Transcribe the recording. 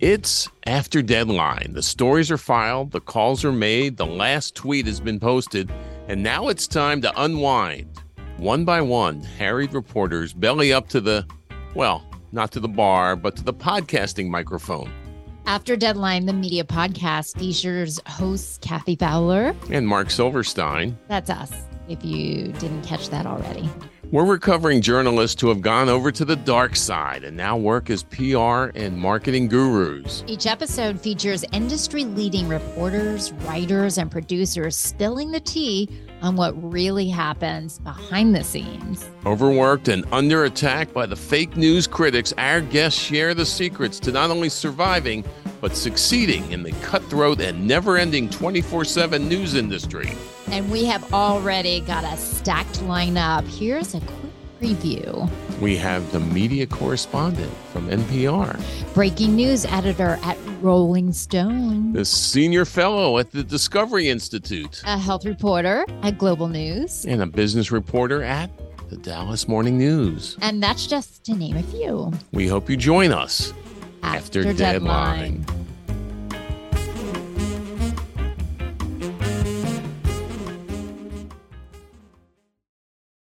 It's after deadline. The stories are filed, the calls are made, the last tweet has been posted, and now it's time to unwind. One by one, harried reporters belly up to the, well, not to the bar, but to the podcasting microphone. After Deadline, the media podcast features hosts Kathy Fowler. And Mark Silverstein. That's us, if you didn't catch that already. We're recovering journalists who have gone over to the dark side and now work as PR and marketing gurus. Each episode features industry leading reporters, writers, and producers spilling the tea on what really happens behind the scenes. Overworked and under attack by the fake news critics, our guests share the secrets to not only surviving, but succeeding in the cutthroat and never ending 24 7 news industry. And we have already got a stacked lineup. Here's a quick preview. We have the media correspondent from NPR, Breaking news editor at Rolling Stone, the senior fellow at the Discovery Institute, a health reporter at Global News, and a business reporter at the Dallas Morning News. And that's just to name a few. We hope you join us after, after deadline. deadline.